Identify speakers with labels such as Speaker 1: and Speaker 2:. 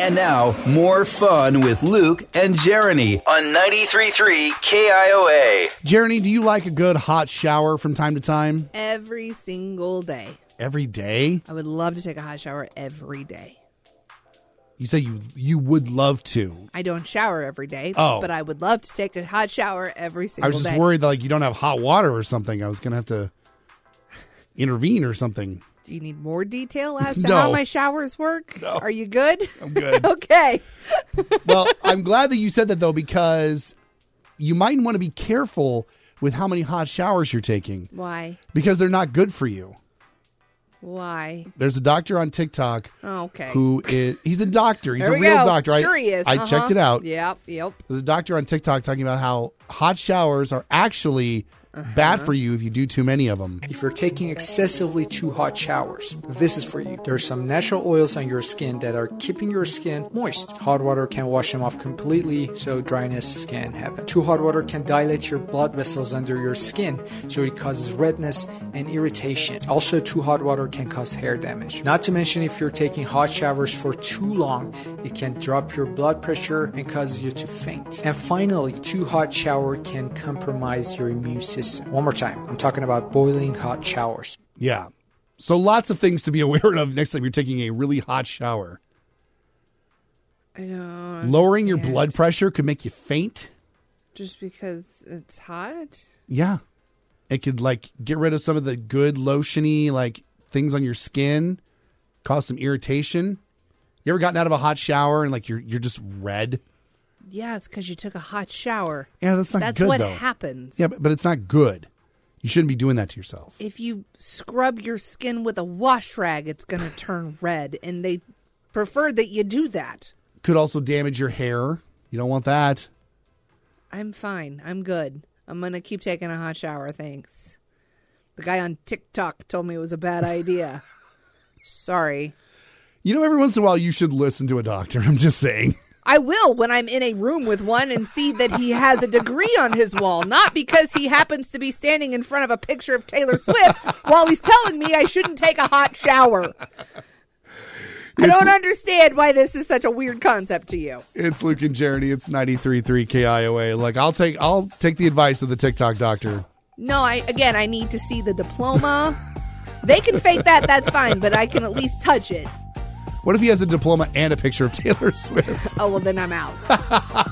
Speaker 1: And now, more fun with Luke and Jeremy on 93.3 KIOA.
Speaker 2: Jeremy, do you like a good hot shower from time to time?
Speaker 3: every single day.
Speaker 2: Every day?
Speaker 3: I would love to take a hot shower every day.
Speaker 2: You say you you would love to.
Speaker 3: I don't shower every day,
Speaker 2: Oh.
Speaker 3: but I would love to take a hot shower every single day.
Speaker 2: I was just worried that like you don't have hot water or something. I was gonna have to intervene or something.
Speaker 3: Do you need more detail as to
Speaker 2: No.
Speaker 3: how my showers work? Are you good? I'm
Speaker 2: good.
Speaker 3: okay.
Speaker 2: Well, I'm glad that you said that though, because you might want to be careful with how many hot showers you're taking
Speaker 3: Why?
Speaker 2: because they're not good for you.
Speaker 3: Why?
Speaker 2: There's a doctor on TikTok
Speaker 3: Oh, okay.
Speaker 2: who is he's a doctor. He's
Speaker 3: There
Speaker 2: a
Speaker 3: we
Speaker 2: real
Speaker 3: go.
Speaker 2: doctor. I-
Speaker 3: Sure he is.
Speaker 2: I
Speaker 3: Uh-huh.
Speaker 2: checked it out.
Speaker 3: Yep. Yep.
Speaker 2: There's a doctor on TikTok talking about how hot showers are actually bad for you if you do too many of them.
Speaker 4: If you're taking excessively too hot showers, this is for you. There are some natural oils on your skin that are keeping your skin moist. Hot water can wash them off completely, so dryness can happen. Too hot water can dilate your blood vessels under your skin, so it causes redness and irritation. Also, too hot water can cause hair damage. Not to mention, if you're taking hot showers for too long, it can drop your blood pressure and cause you to faint. And finally, too hot shower can compromise your immune system. One more time, I'm talking about boiling hot showers.
Speaker 2: Yeah. So lots of things to be aware of next time you're taking a really hot shower.
Speaker 3: I don't.
Speaker 2: Lowering your
Speaker 3: understand.
Speaker 2: blood pressure could make you faint.
Speaker 3: just because it's hot.
Speaker 2: Yeah. It could like get rid of some of the good lotiony like things on your skin, cause some irritation. You ever gotten out of a hot shower and like you're you're just red?
Speaker 3: Yeah, it's because you took a hot shower.
Speaker 2: Yeah, that's not
Speaker 3: That's
Speaker 2: good
Speaker 3: what
Speaker 2: though.
Speaker 3: happens.
Speaker 2: yeah, but, but it's not good. You shouldn't be doing that to yourself.
Speaker 3: if you scrub your skin with a wash rag, it's going to turn red, and they prefer that you do that.
Speaker 2: Could also damage your hair. You don't want that.
Speaker 3: I'm fine. I'm good. I'm going to keep taking a hot shower. Thanks. The guy on TikTok told me it was a bad idea. Sorry.
Speaker 2: You know, every once in a while, you should listen to a doctor. I'm just saying.
Speaker 3: I will when I'm in a room with one and see that he has a degree on his wall, not because he happens to be standing in front of a picture of Taylor Swift while he's telling me I shouldn't take a hot shower. I don't understand why this is such a weird concept to you.
Speaker 2: It's Luke and Jeremy. It's 93.3 KIOA. Like, I'll take I'll take the advice of the TikTok doctor.
Speaker 3: No, I again, I need to see the diploma. they can fake that, that's fine, but I can at least touch it.
Speaker 2: What if he has a diploma and a picture of Taylor Swift?
Speaker 3: Oh well, then I'm out.